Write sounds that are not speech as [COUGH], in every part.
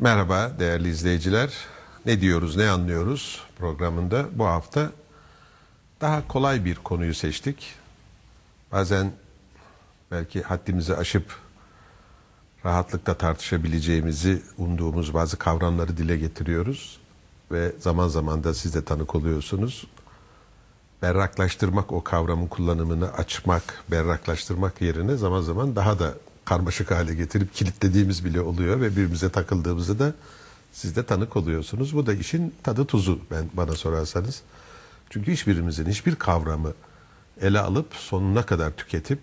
Merhaba değerli izleyiciler. Ne diyoruz, ne anlıyoruz programında bu hafta daha kolay bir konuyu seçtik. Bazen belki haddimizi aşıp rahatlıkla tartışabileceğimizi umduğumuz bazı kavramları dile getiriyoruz ve zaman zaman da siz de tanık oluyorsunuz. Berraklaştırmak o kavramın kullanımını açmak, berraklaştırmak yerine zaman zaman daha da karmaşık hale getirip kilitlediğimiz bile oluyor ve birbirimize takıldığımızı da siz de tanık oluyorsunuz. Bu da işin tadı tuzu ben bana sorarsanız. Çünkü hiçbirimizin hiçbir kavramı ele alıp sonuna kadar tüketip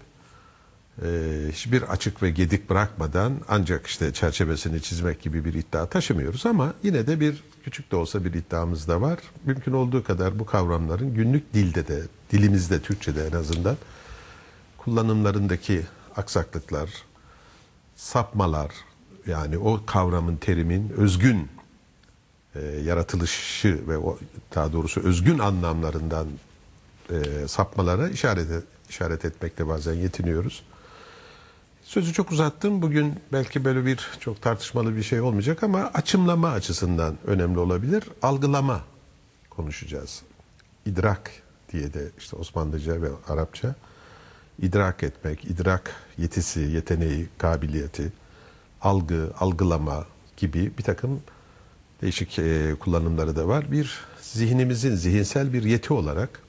ee, hiçbir açık ve gedik bırakmadan ancak işte çerçevesini çizmek gibi bir iddia taşımıyoruz ama yine de bir küçük de olsa bir iddiamız da var. Mümkün olduğu kadar bu kavramların günlük dilde de dilimizde Türkçe'de en azından kullanımlarındaki aksaklıklar, sapmalar yani o kavramın terimin özgün e, yaratılışı ve o, daha doğrusu özgün anlamlarından e, sapmalara işaret, e, işaret etmekle bazen yetiniyoruz. Sözü çok uzattım. Bugün belki böyle bir çok tartışmalı bir şey olmayacak ama açımlama açısından önemli olabilir. Algılama konuşacağız. İdrak diye de işte Osmanlıca ve Arapça idrak etmek, idrak yetisi, yeteneği, kabiliyeti, algı, algılama gibi bir takım değişik e, kullanımları da var. Bir zihnimizin zihinsel bir yeti olarak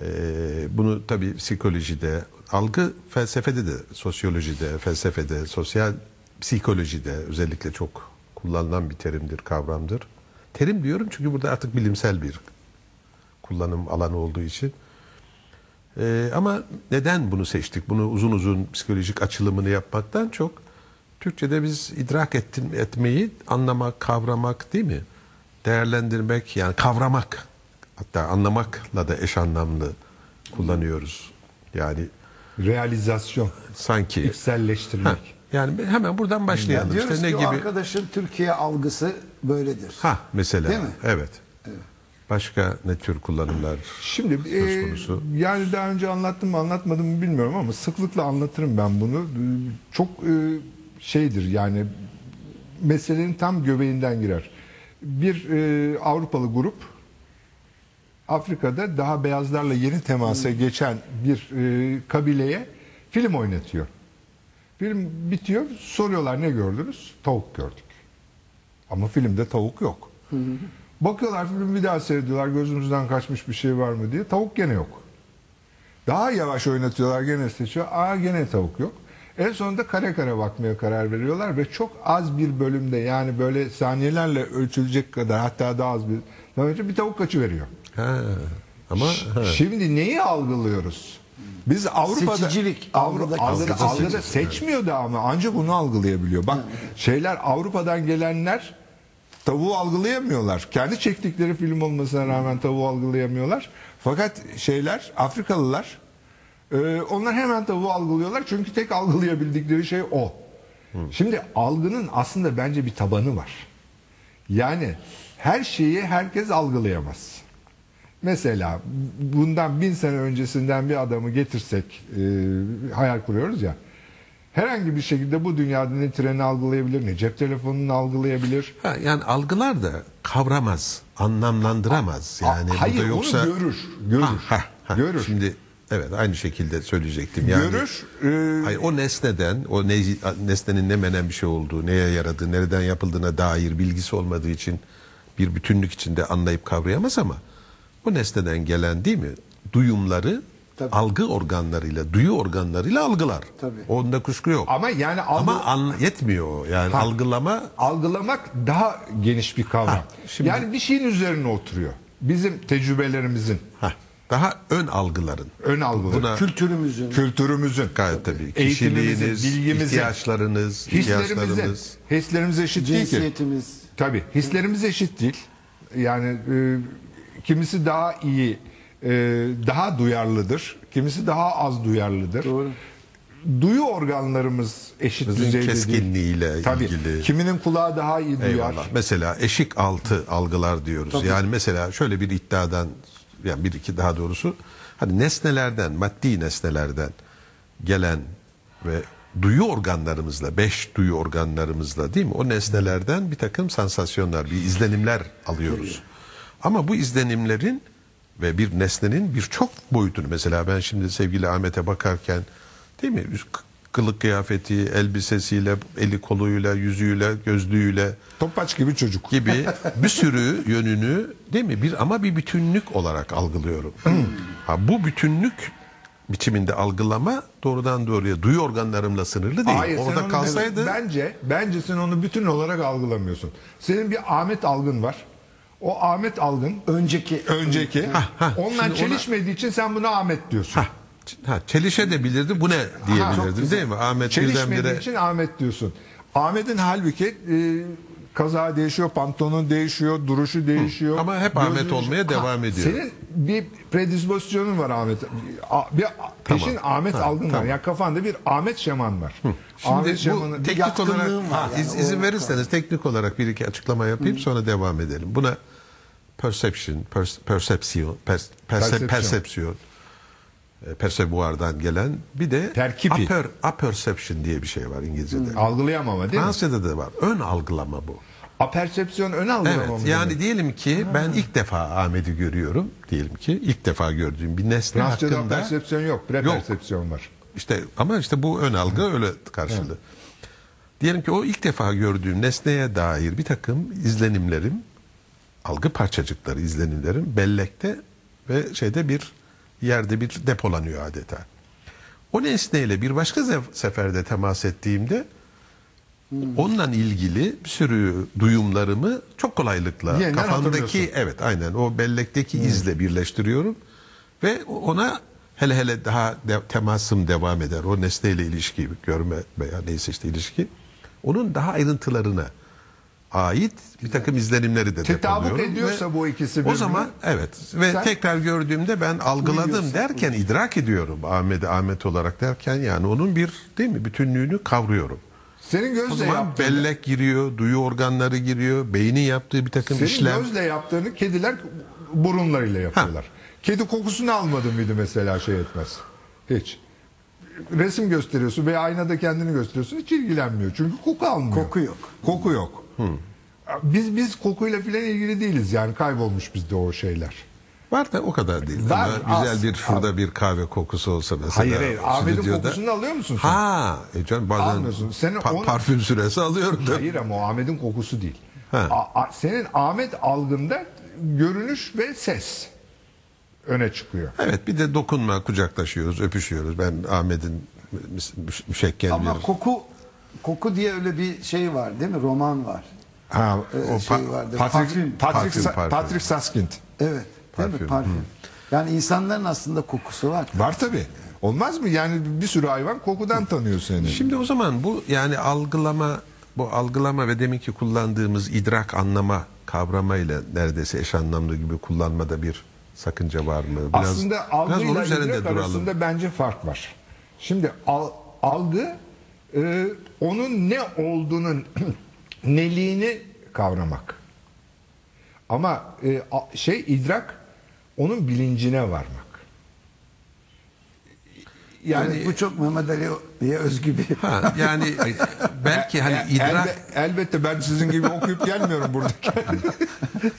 ee, bunu tabii psikolojide, algı felsefede de, sosyolojide, felsefede, sosyal psikolojide özellikle çok kullanılan bir terimdir, kavramdır. Terim diyorum çünkü burada artık bilimsel bir kullanım alanı olduğu için. Ee, ama neden bunu seçtik? Bunu uzun uzun psikolojik açılımını yapmaktan çok Türkçe'de biz idrak ettim, etmeyi anlamak, kavramak değil mi? Değerlendirmek yani kavramak hatta anlamakla da eş anlamlı kullanıyoruz. Yani Realizasyon, sanki Ha, içselleştirmek. yani hemen buradan başlayalım. diyoruz işte ne ki o gibi? arkadaşın Türkiye algısı böyledir. Ha mesela. Değil mi? Evet. Başka ne tür kullanımlar? Şimdi Söz e, konusu. yani daha önce anlattım mı anlatmadım mı bilmiyorum ama sıklıkla anlatırım ben bunu. E, Çok e, şeydir yani meselenin tam göbeğinden girer. Bir e, Avrupalı grup Afrika'da daha beyazlarla yeni temasa Hmm. geçen bir e, kabileye film oynatıyor. Film bitiyor soruyorlar ne gördünüz? Tavuk gördük. Ama filmde tavuk yok. Bakıyorlar filmi bir daha seyrediyorlar gözümüzden kaçmış bir şey var mı diye. Tavuk gene yok. Daha yavaş oynatıyorlar gene seçiyor. Aa gene tavuk yok. En sonunda kare kare bakmaya karar veriyorlar ve çok az bir bölümde yani böyle saniyelerle ölçülecek kadar hatta daha az bir zaman önce bir tavuk kaçıveriyor. Ha. Ama ha. Şimdi neyi algılıyoruz? Biz Avrupa'da Seçicilik, Avrupa algıdaki algıda, seçicilik. algıda seçmiyor da ama ancak bunu algılayabiliyor. Bak şeyler Avrupa'dan gelenler tavuğu algılayamıyorlar. Kendi çektikleri film olmasına rağmen tavuğu algılayamıyorlar. Fakat şeyler Afrikalılar e, onlar hemen tavuğu algılıyorlar çünkü tek algılayabildikleri şey o. Şimdi algının aslında bence bir tabanı var. Yani her şeyi herkes algılayamaz. Mesela bundan bin sene öncesinden bir adamı getirsek e, hayal kuruyoruz ya. Herhangi bir şekilde bu dünyada ne treni algılayabilir ne cep telefonunu algılayabilir. Ha, yani algılar da kavramaz, anlamlandıramaz. Yani A- hayır burada yoksa onu görür. Görür. Ha, ha, ha. görür. Şimdi evet aynı şekilde söyleyecektim. Yani, görür. e, Hayır, o nesneden, o ne, nesnenin ne menen bir şey olduğu, neye yaradığı, nereden yapıldığına dair bilgisi olmadığı için bir bütünlük içinde anlayıp kavrayamaz ama bu nesneden gelen değil mi? Duyumları Tabii. algı organlarıyla, duyu organlarıyla algılar. Tabii. Onda kuşku yok. Ama, ama yani algı, an- yetmiyor o. yani Ha. algılama algılamak daha geniş bir kavram. Ha, şimdi- Yani bir şeyin üzerine oturuyor. Bizim tecrübelerimizin, heh, daha ön algıların. ön algıları, Buna- Kültürümüzün. kültürümüzün, Gayet tabii. Eğitimimizin, Kişiliğiniz, bilgimizin, ihtiyaçlarınız, hislerimize, ihtiyaçlarınız. hislerimize eşit değil ki. cinsiyetimiz. Tabii hislerimiz eşit değil. Yani e, kimisi daha iyi, e, daha duyarlıdır. Kimisi daha az duyarlıdır. Doğru. Duyu organlarımız eşit Bizim düzeyde keskinliğiyle değil. Tabii. ilgili. Kiminin kulağı daha iyi duyar. Eyvallah. Mesela eşik altı algılar diyoruz. Yani mesela şöyle bir iddiadan yani bir iki daha doğrusu hani nesnelerden, maddi nesnelerden gelen ve duyu organlarımızla, beş duyu organlarımızla değil mi? O nesnelerden bir takım sansasyonlar, bir izlenimler alıyoruz. Ama bu izlenimlerin ve bir nesnenin birçok boyutunu mesela ben şimdi sevgili Ahmet'e bakarken değil mi K- kılık kıyafeti, elbisesiyle, eli koluyla, yüzüyle, gözlüğüyle Topaç gibi çocuk. gibi bir sürü yönünü değil mi bir ama bir bütünlük olarak algılıyorum. Hmm. ha bu bütünlük biçiminde algılama doğrudan doğruya duyu organlarımla sınırlı değil. Hayır, sen Orada onu- kalsaydı Bence, bence sen onu bütün olarak algılamıyorsun. Senin bir Ahmet algın var. O Ahmet algın Önceki önceki. ha. Şimdi Ondan ona- çelişmediği için sen buna Ahmet diyorsun. ha, ç- ha çelişe de bilirdi bu ne çok diyebilirdim güzel. değil mi? Ahmet Çelişmediği birdenbire için Ahmet diyorsun. Ahmet'in halbuki e, kazağı değişiyor, pantolonu değişiyor, duruşu değişiyor. ama hep gözü Ahmet değişiyor. olmaya devam ediyor. Senin bir predispozisyonun var Ahmet. A- Bir peşin Ahmet Ha, algın var. tamam. Ya kafanda bir Ahmet şeman var. Şimdi Ahmet şemanı bu teknik yatkınlığım olarak var Ha, yani. iz- O- izin verirseniz teknik olarak bir iki açıklama yapayım sonra devam edelim. Buna perception, pers- perception, pers- perse- Perception. perception, e, persebuardan gelen bir de Terkipi. upper, apperception diye bir şey var İngilizce'de. algılayamama değil mi? Fransızca'da da var. Ön algılama bu. Apersepsiyon ön algılamam. Evet yani diyelim ki ben ilk defa Ahmet'i görüyorum. Diyelim ki ilk defa gördüğüm bir nesne Fransızca'da hakkında. apersepsiyon yok, prepersepsiyon var. İşte ama işte bu ön algı öyle karşılığı. Diyelim ki o ilk defa gördüğüm nesneye dair bir takım izlenimlerim, algı parçacıkları izlenimlerim bellekte ve şeyde bir yerde bir depolanıyor adeta. O nesneyle bir başka zef- seferde temas ettiğimde Hmm. onunla ilgili bir sürü duyumlarımı çok kolaylıkla Yeniden kafamdaki hatırlıyorsun. Hmm. evet aynen o bellekteki izle birleştiriyorum ve ona hele hele daha de- temasım devam eder o nesneyle ilişki görme veya neyse işte ilişki onun daha ayrıntılarına ait bir takım izlenimleri de Tetabuk depoluyorum. ediyorsa bu ikisi O birbirine, zaman evet ve sen- tekrar gördüğümde ben algıladım Uyuyorsun. derken idrak ediyorum Ahmet Ahmet olarak derken yani onun bir değil mi bütünlüğünü kavruyorum. Senin O gözle zaman yaptığın bellek giriyor, duyu organları giriyor, beynin yaptığı bir takım Senin işlem. gözle yaptığını kediler burunlarıyla yapıyorlar. Kedi kokusunu almadın mıydı mesela şey etmez. Hiç. Resim gösteriyorsun veya aynada kendini gösteriyorsun hiç ilgilenmiyor. Çünkü koku almıyor. Koku yok. Koku yok. Biz biz kokuyla filan ilgili değiliz yani kaybolmuş bizde o şeyler. Var da o kadar değil. Var, Ama az. güzel bir şurada bir kahve kokusu olsa mesela. Hayır hayır. Ee, Ahmet'in stüdyoda- kokusunu alıyor musun sen? Ha, e canım bazen Almıyorsun. Senin pa- on- parfüm süresi alıyorum da. Hayır ama o Ahmet'in kokusu değil. Ha. A- a- senin Ahmet algında görünüş ve ses öne çıkıyor. Evet bir de dokunma kucaklaşıyoruz, öpüşüyoruz. Ben Ahmet'in müs- müş- müşekken ama bir- koku koku diye öyle bir şey var değil mi? Roman var. Ha, Ee, şey vardı, parfüm. Patrick, Patrick, Parfüm, Sa- parfüm. Patrick Saskind. Evet. Değil mi? Parfüm. Parfüm. Yani insanların aslında kokusu var. Var tabi. Olmaz mı? Yani bir sürü hayvan kokudan tanıyor seni. Şimdi o zaman bu yani algılama bu algılama ve deminki kullandığımız idrak anlama kavramayla neredeyse eş anlamlı gibi kullanmada bir sakınca var mı? Biraz, Aslında biraz onun algıyla üzerinde idrak duralım. arasında bence fark var. Şimdi al- algı e, onun ne olduğunun [CLEARS THROAT] neliğini kavramak. Ama e, a- şey idrak onun bilincine varmak. Yani, bu çok Mehmet Ali'ye özgü bir Ha, [LAUGHS] yani belki hani E- idrak elbe- elbette ben sizin gibi okuyup gelmiyorum buradaki.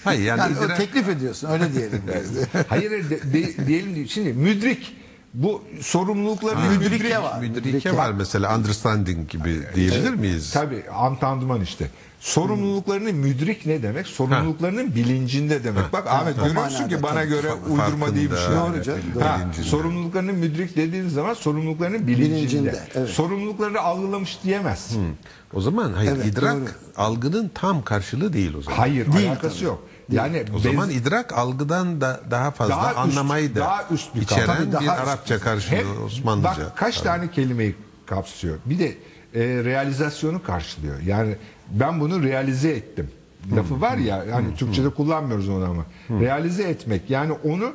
hayır yani, Yani o idrak teklif ediyorsun öyle diyelim [LAUGHS] biz de. Hayır de- de- diyelim şimdi müdrik bu sorumlulukları müdrik, Müdrike var. müdrike var mesela understanding gibi diyebilir miyiz? Tabii antandıman işte. Sorumluluklarını müdrik ne demek? Sorumluluklarının bilincinde demek. Bak Ahmet görüyorsun manada, ki bana tabii. göre uydurma farkında. değil bir şey. Doğru canım, doğru. Ha, Bilincinde. sorumluluklarını müdrik dediğin zaman sorumluluklarının bilincinde. Bilincinde, evet. Sorumlulukları algılamış diyemezsin. Hmm. O zaman hayır Evet, idrak doğru. algının tam karşılığı değil o zaman. Hayır, Değil alakası tabii. yok. Yani O zaman idrak algıdan da daha fazla Daha üst- anlamayı da daha üst bir kavram. içeren Tabii daha bir üst- Arapça karşılığı Hem- Osmanlıca. Bak kaç tane kelimeyi kapsıyor. Bir de e, realizasyonu karşılıyor. Yani ben bunu realize ettim. Hmm, Lafı var ya hani Türkçe'de kullanmıyoruz onu ama. Realize etmek yani onu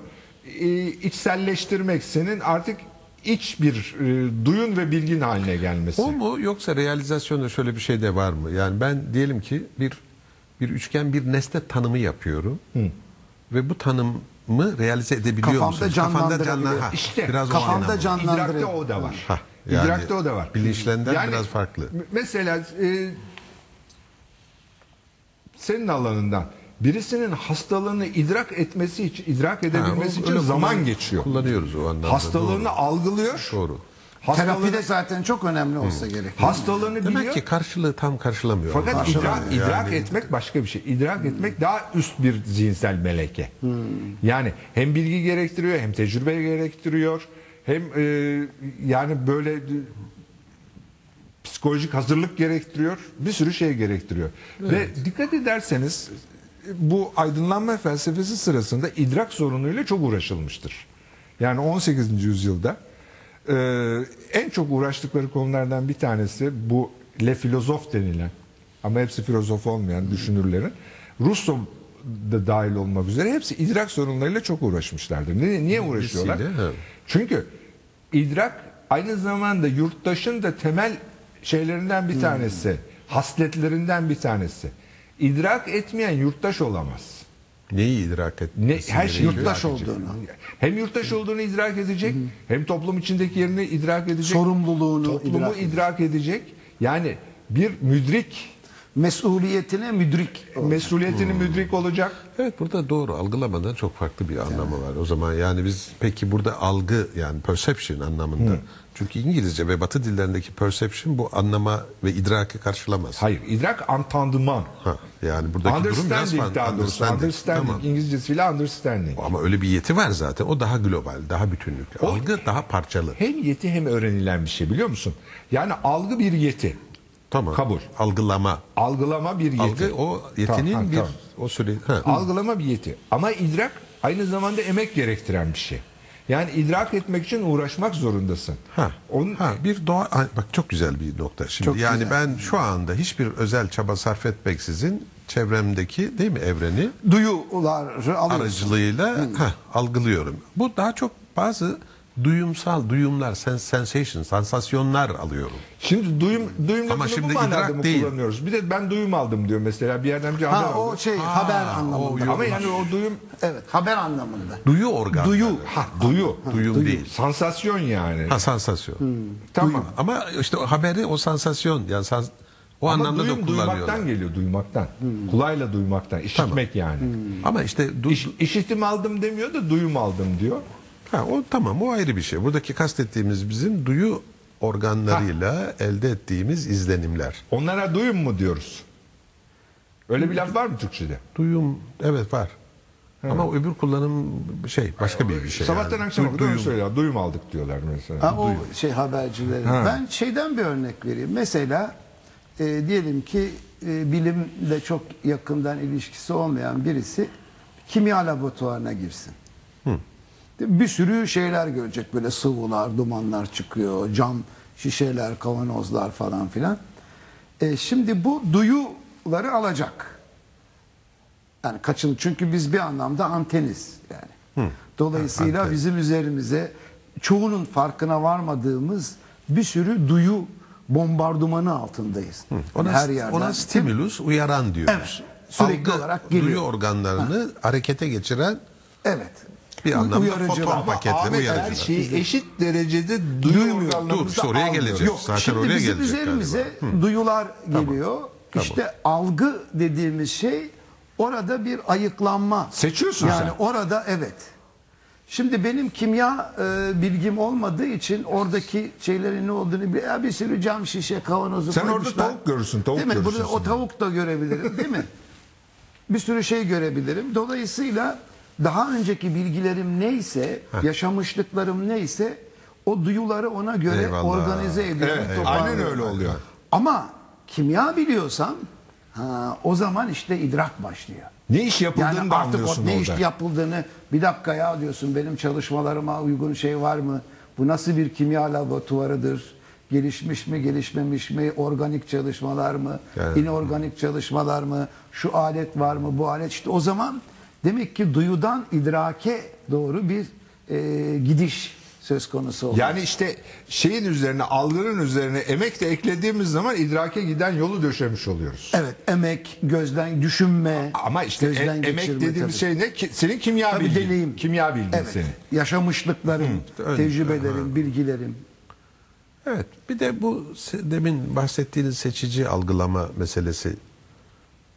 e, içselleştirmek senin artık iç bir e, duyun ve bilgin haline gelmesi. O mu yoksa realizasyonda şöyle bir şey de var mı? Yani ben diyelim ki bir bir üçgen bir nesne tanımı yapıyorum. Ve bu tanımı realize edebiliyor Kafamda musunuz? canlandırabiliyorum. ha, İşte biraz o kafamda anlamda. canlandırıyor. İdrakta o da var. Ha. Yani İdrakta o da var. bilinçlenden biraz farklı. m- Mesela e, senin alanından birisinin hastalığını idrak etmesi için idrak edebilmesi Ha, o- için öyle zaman kullan- geçiyor. Kullanıyoruz o anlamda. Hastalığını algılıyor. Doğru. doğru. Hastalığını, Terapide zaten çok önemli olsa gerek. hastalığını Demek biliyor. ki karşılığı tam karşılamıyor. Fakat Anlamda. idrak, Yani- idrak etmek başka bir şey. İdrak etmek daha üst bir zihinsel meleke. Hmm. Yani hem bilgi gerektiriyor hem tecrübe gerektiriyor. Hem e, yani böyle e, psikolojik hazırlık gerektiriyor. Bir sürü şey gerektiriyor. Ve dikkat ederseniz bu aydınlanma felsefesi sırasında idrak sorunuyla çok uğraşılmıştır. Yani 18. yüzyılda e, en çok uğraştıkları konulardan bir tanesi bu le filozof denilen ama hepsi filozof olmayan düşünürlerin Russo da dahil olmak üzere hepsi idrak sorunlarıyla çok uğraşmışlardır. Niye, niye uğraşıyorlar? Birisiyle, evet. Çünkü idrak aynı zamanda yurttaşın da temel şeylerinden Hmm. bir tanesi, hasletlerinden bir tanesi. İdrak etmeyen yurttaş olamaz. Neyi idrak et? Ne, her şey Yurttaş olduğunu. Hem yurttaş olduğunu idrak edecek, hem toplum içindeki yerini idrak edecek. Sorumluluğunu toplumu idrak idrak, edecek. edecek. Yani bir müdrik Mesuliyetine müdrik. mesuliyetini Hmm. müdrik olacak. Evet burada doğru algılamadan çok farklı bir anlamı var. O zaman yani biz peki burada algı yani perception anlamında. Çünkü İngilizce ve Batı dillerindeki perception bu anlama ve idraki karşılamaz. Hayır, idrak antandıman. Ha, yani buradaki durum biraz Understanding farklı. daha doğrusu. Understanding. Tamam. İngilizcesiyle understanding. Ama öyle bir yeti var zaten. O daha global, daha bütünlük. Algı daha parçalı. Hem yeti hem öğrenilen bir şey biliyor musun? Yani algı bir yeti. Tamam. Kabul. Algılama. Algılama bir yeti. Algı o yetinin Tamam, ha, bir tamam. o süre. Ha. Algılama bir yeti. Ama idrak aynı zamanda emek gerektiren bir şey. Yani idrak etmek için uğraşmak zorundasın. Ha. Onun, ha bir doğa ay, bak çok güzel bir nokta şimdi. Çok yani güzel. ben şu anda hiçbir özel çaba sarf etmeksizin çevremdeki değil mi evreni Duyuları alıyorsun. aracılığıyla ha, algılıyorum. Bu daha çok bazı duyumsal duyumlar, sen, sensation, sansasyonlar alıyorum. Şimdi duyum, duyum Ama lafını şimdi bu manada idrak mı değil. kullanıyoruz? Bir de ben duyum aldım diyor mesela bir yerden bir haber Ha o aldım. şey haber o anlamında. yok. Ama yani o duyum Evet haber anlamında. Duyu organları. duyu, ha, duyu, Duyum değil. sansasyon yani. Ha sansasyon. tamam. Ama işte o haberi o sansasyon yani sans- o Ama anlamda duyum da Hmm. kullanıyorlar. duymaktan geliyor, duymaktan. Kulağıyla duymaktan, işitmek yani. Hmm. Ama işte du- İş, işitim aldım demiyor da duyum aldım diyor. Ha, o tamam o ayrı bir şey. Buradaki kastettiğimiz bizim duyu organlarıyla elde ettiğimiz izlenimler. Onlara duyum mu diyoruz? Öyle bir laf var mı Türkçe'de? Şey Duyum evet var. Ama öbür kullanım şey başka bir bir şey. Sabahtan yani. akşama Du- kadar onu duyum. söylüyorlar. Duyum aldık diyorlar mesela. Ha, o şey habercileri. Ben şeyden bir örnek vereyim. Mesela e, diyelim ki e, bilimle çok yakından ilişkisi olmayan birisi kimya laboratuvarına girsin. Bir sürü şeyler görecek böyle sıvılar, dumanlar çıkıyor, cam şişeler, kavanozlar falan filan. E, şimdi bu duyuları alacak. Yani kaçın çünkü biz bir anlamda anteniz yani. Dolayısıyla Ha, anten. bizim üzerimize çoğunun farkına varmadığımız bir sürü duyu bombardımanı altındayız. Ona, Yani her yerden. ona stimulus uyaran diyoruz. Evet, sürekli olarak geliyor. Duyu organlarını harekete geçiren evet. bir anlamda Uyarıcı. foton Ama paketle Ahmet her uyarıcı. şeyi eşit derecede Duymuyor. duyum Dur işte oraya geleceğiz. Yok, Zaten şimdi oraya bizim gelecek üzerimize galiba. duyular geliyor. İşte algı dediğimiz şey orada bir ayıklanma. Seçiyorsun yani sen. orada evet. Şimdi benim kimya e, bilgim olmadığı için oradaki şeylerin ne olduğunu bile ya bir sürü cam şişe kavanozu Sen orada koymuşlar. tavuk görürsün, tavuk değil mi? görürsün Burada o sen. tavuk da görebilirim [LAUGHS] değil mi? bir sürü şey görebilirim. Dolayısıyla daha önceki bilgilerim neyse, yaşamışlıklarım neyse o duyuları ona göre Eyvallah. organize ediyorum. Evet, toparlıyorum. aynen öyle oluyor. Ama kimya biliyorsam ha, o zaman işte idrak başlıyor. Ne iş yapıldığını Yani da artık anlıyorsun o ne iş orada. yapıldığını bir dakika ya diyorsun benim çalışmalarıma uygun şey var mı? Bu nasıl bir kimya laboratuvarıdır? Gelişmiş mi gelişmemiş mi? Organik çalışmalar mı? Yani- inorganik çalışmalar mı? Şu alet var mı? Bu alet işte o zaman demek ki duyudan idrake doğru bir e, gidiş söz konusu oluyor. Yani işte şeyin üzerine, algının üzerine emek de eklediğimiz zaman idrake giden yolu döşemiş oluyoruz. Evet emek, gözden düşünme. Ama işte e- gözden emek geçirme dediğimiz tabii. şey ne? Ki- Senin kimya Tabii bilgin. deneyim. Kimya bilgin Evet. senin. Yaşamışlıklarım, Ön- tecrübelerim, bilgilerim. Evet. Bir de bu se- demin bahsettiğiniz seçici algılama meselesi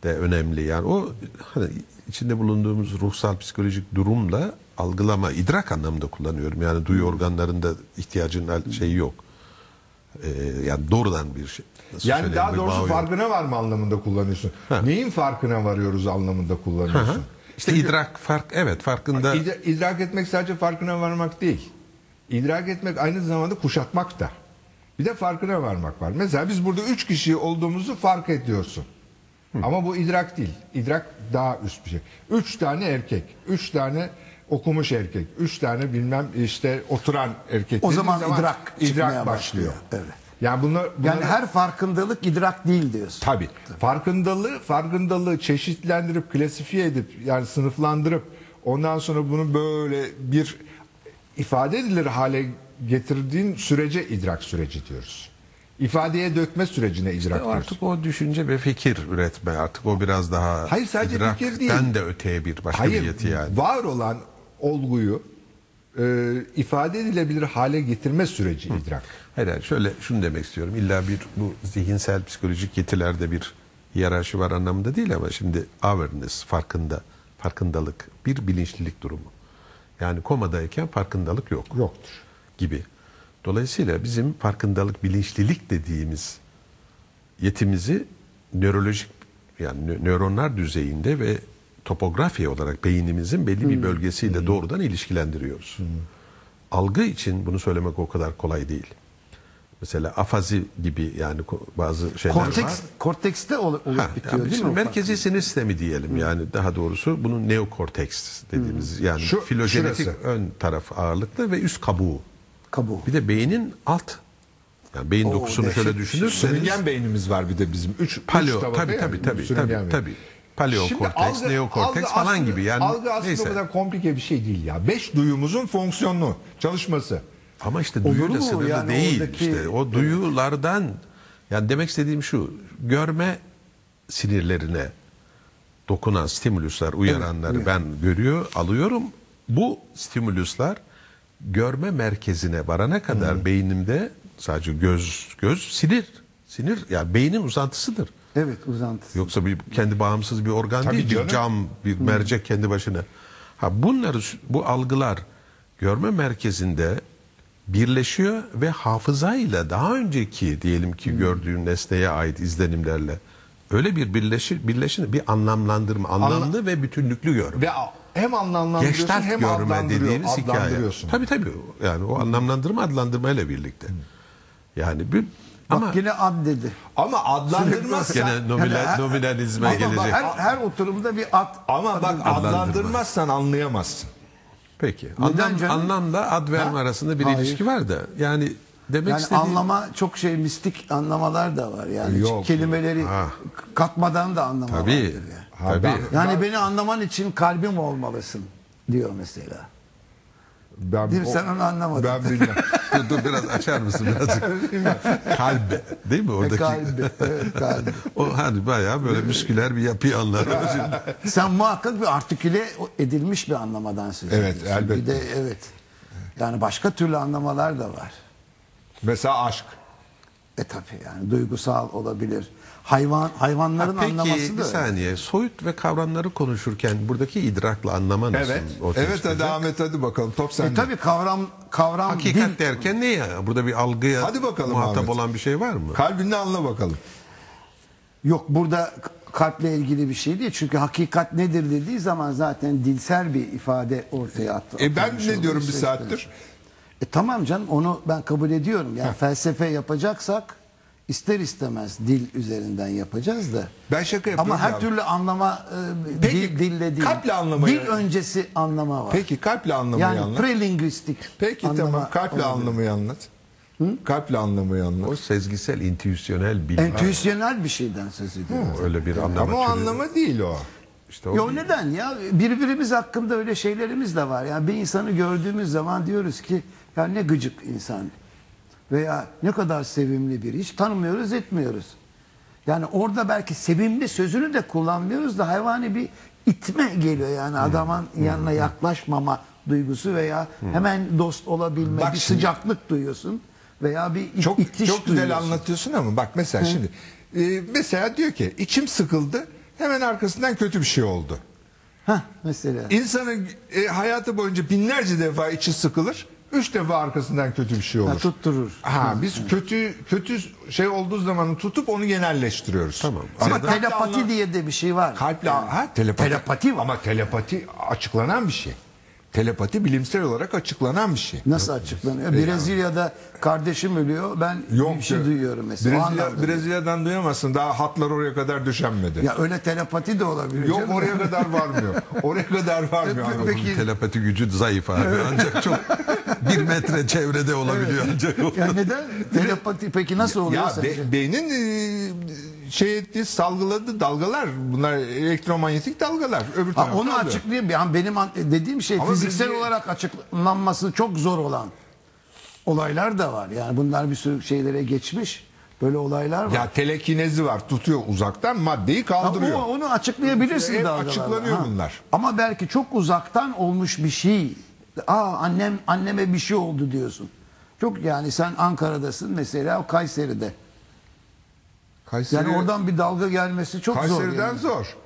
de önemli. Yani o hani içinde bulunduğumuz ruhsal psikolojik durumla algılama idrak anlamında kullanıyorum. Yani duyu organlarında ihtiyacın al- şeyi yok. Ee, yani doğrudan bir şey. Nasıl Yani söyleyeyim, daha bir doğrusu bağı yok. farkına varma anlamında kullanıyorsun. Neyin farkına varıyoruz anlamında Hı hı. kullanıyorsun. İşte idrak fark evet farkında İdra- İdrak etmek sadece farkına varmak değil. İdrak etmek aynı zamanda kuşatmak da. Bir de farkına varmak var. Mesela biz burada üç kişi olduğumuzu fark ediyorsun. Ama bu idrak değil. İdrak daha üst bir şey. Üç tane erkek, üç tane okumuş erkek, üç tane bilmem işte oturan erkek. dediğin O zaman idrak çıkmaya başlıyor. Evet. Yani bunlar, bunlar Yani her farkındalık idrak değil diyorsun. Tabii. Farkındalığı, farkındalığı çeşitlendirip, klasifiye edip, yani sınıflandırıp ondan sonra bunu böyle bir ifade edilir hale getirdiğin sürece idrak süreci diyoruz. İfadeye dökme sürecine idrak O diyoruz. artık o düşünce ve fikir üretme artık o biraz daha Hayır, sadece idrakten fikir değil. de öteye bir başka bir Hayır, yeti yani. var olan olguyu e, ifade edilebilir hale getirme süreci idrak. Hayır, hayır, şöyle şunu demek istiyorum. İlla bir bu zihinsel psikolojik yetilerde bir hiyerarşi var anlamında değil ama şimdi awareness farkında farkındalık bir bilinçlilik durumu. Yani komadayken farkındalık yok Yoktur. gibi. Dolayısıyla bizim farkındalık bilinçlilik dediğimiz yetimizi nörolojik yani nö- nöronlar düzeyinde ve topografya olarak beynimizin belli Hmm. bir bölgesiyle doğrudan ilişkilendiriyoruz. Algı için bunu söylemek o kadar kolay değil. Mesela afazi gibi yani ko- bazı şeyler var. Korteks, kortekste ol- olup Ha, bitiyor yani şimdi değil mi? Hmm. o farkındalık? merkezi sinir sistemi diyelim yani daha doğrusu bunun neokorteks dediğimiz Hmm. yani Şu- filojenetik şurası. ön taraf ağırlıklı ve üst kabuğu. Kabuğu. Bir de beynin alt yani beyin dokusunu şöyle dehşet bir şey. düşünürseniz Sürüngen beynimiz var bir de bizim. Üç, üç paleo tabaka tabii yani tabii bu tabii sürüngen tabii beyin. tabii. Paleokorteks, algı- neokorteks algı falan aslında- gibi yani algı aslında neyse. o kadar komplike bir şey değil ya. Beş duyumuzun fonksiyonu, çalışması. Ama işte Olur duyuyla mu? sınırlı Yani değil oradaki- işte. O duyulardan yani demek istediğim şu. Görme sinirlerine dokunan stimüluslar, uyaranları ben görüyor, alıyorum. Bu stimüluslar görme merkezine varana kadar Hmm. beynimde sadece göz göz sinir sinir yani beynin uzantısıdır. Evet uzantısı. Yoksa bir kendi bağımsız bir organ Tabii değil, canım. bir cam, bir mercek kendi başına. Ha bunları bu algılar görme merkezinde birleşiyor ve hafızayla daha önceki diyelim ki gördüğün nesneye ait izlenimlerle öyle bir birleşir birleşin bir anlamlandırma, anlamlı ve bütünlüklü görme. Ve a- hem anlamlandırıyorsun Geçten hem görme adlandırıyor- dediğimiz hikaye. adlandırıyorsun. Tabii tabii. Yani o anlamlandırma adlandırmayla birlikte. Yani bir ama Bak yine ad dedi. [LAUGHS] Ama adlandırmazsan gene [LAUGHS] nominal, nominalizme Ama gelecek. bak her, her oturumda bir ad. ama bak Adlandırma. adlandırmazsan anlayamazsın. Peki. Neden Anlam, canım? anlamla ad ve em arasında bir Hayır. ilişki var da. Yani demek Yani istediğim... anlama çok şey mistik anlamalar da var yani. Yok. Kelimeleri Ah. katmadan da anlamalar. Tabii. Ha, tabii. ben- Yani beni anlaman için kalbim olmalısın diyor mesela. Ben Değil mi? Sen onu anlamadın. Ben bilmem. dur, dur biraz açar mısın birazcık? [LAUGHS] kalbe. Değil mi oradaki? E, Kalbi, evet, [LAUGHS] kalbi. o hani bayağı böyle müsküler bir yapıyı anlar. [LAUGHS] Sen muhakkak bir artiküle edilmiş bir anlamadan söz Evet, ediyorsun. elbette. Bir de evet. Yani başka türlü anlamalar da var. Mesela aşk. E tabii yani duygusal olabilir. Hayvan hayvanların anlaması Peki da. bir saniye. Soyut ve kavramları konuşurken buradaki idrakla anlama nasıl Evet. ortaya Evet çıkacak? hadi Ahmet hadi bakalım top sende. E tabii kavram kavram Hakikat dil- derken ne ya? Burada bir algıya Hadi bakalım muhatap Ahmet. olan bir şey var mı? Kalbini anla bakalım. Yok burada kalple ilgili bir şey değil. Çünkü hakikat nedir dediği zaman zaten dilsel bir ifade ortaya attı. E ben atılmış ne oluyor, diyorum bir şey saattir? E tamam canım onu ben kabul ediyorum. Yani felsefe yapacaksak ister istemez dil üzerinden yapacağız da. Ben şaka yapıyorum Ama her ya. türlü anlama e, Peki, dil, dille değil. kalple anlamayı- Dil öncesi anlama var. Peki kalple anlamayı yani anla. prelingüistik. Peki anlama tamam kalple olabilir. anlamayı anlat. Kalple anlamayı anlat. O sezgisel, intüisyonel bilgi. Entüisyonel bir şeyden söz ediyoruz. Öyle bir anlama Ama o türü- anlama değil o. İşte o Yo değil. neden ya? Birbirimiz hakkında öyle şeylerimiz de var. Yani bir insanı gördüğümüz zaman diyoruz ki ya ne gıcık insan veya ne kadar sevimli biri. Hiç tanımıyoruz, etmiyoruz. Yani orada belki sevimli sözünü de kullanmıyoruz da hayvani bir itme geliyor yani adamın yanına yaklaşmama duygusu veya hemen dost olabilme Bak bir şimdi- sıcaklık duyuyorsun veya bir Çok itiş çok güzel duyuyorsun. anlatıyorsun ama bak mesela şimdi e, mesela diyor ki içim sıkıldı hemen arkasından kötü bir şey oldu. Heh, mesela. İnsanın e, hayatı boyunca binlerce defa içi sıkılır. Üç defa arkasından kötü bir şey olur. Ha, tutturur. Ha biz kötü kötü şey olduğu zaman tutup onu genelleştiriyoruz. Tamam. Ama Kalple telepati anla- diye de bir şey var. kalple ha telepati. Telepati var. Ama telepati açıklanan bir şey. Telepati bilimsel olarak açıklanan bir şey. Nasıl açıklanıyor? Brezilya'da kardeşim ölüyor. Ben bir şey diyor. duyuyorum mesela. O Brezilya, anlamda. Brezilya'dan duyamazsın. Daha hatlar oraya kadar düşenmedi. Ya öyle telepati de olabilir. Yok canım. E, oraya kadar varmıyor. Oraya [LAUGHS] kadar varmıyor. Peki- abi. Peki. Telepati gücü zayıf abi. Ancak [LAUGHS] çok bir metre çevrede olabiliyor ancak o. Ya neden? telepati peki nasıl oluyor Ya sence? be- beynin e, şey etti, salgıladı dalgalar. Bunlar elektromanyetik dalgalar. Öbür Ha, taraftan onu alıyor. açıklayayım. Yani benim an- dediğim şey Ama fiziksel biz- olarak açıklanması çok zor olan olaylar da var. Yani bunlar bir sürü şeylere geçmiş. Böyle olaylar var. Ya telekinezi var. Tutuyor uzaktan maddeyi Ha, kaldırıyor. o- onu açıklayabilirsin Hep dalgalarla, açıklanıyor ha. bunlar. Ama belki çok uzaktan olmuş bir şey. Aa annem anneme bir şey oldu diyorsun. Çok yani sen Ankara'dasın mesela o Kayseri'de. Kayseri, Yani oradan bir dalga gelmesi çok zor. Kayseri'den yani. zor.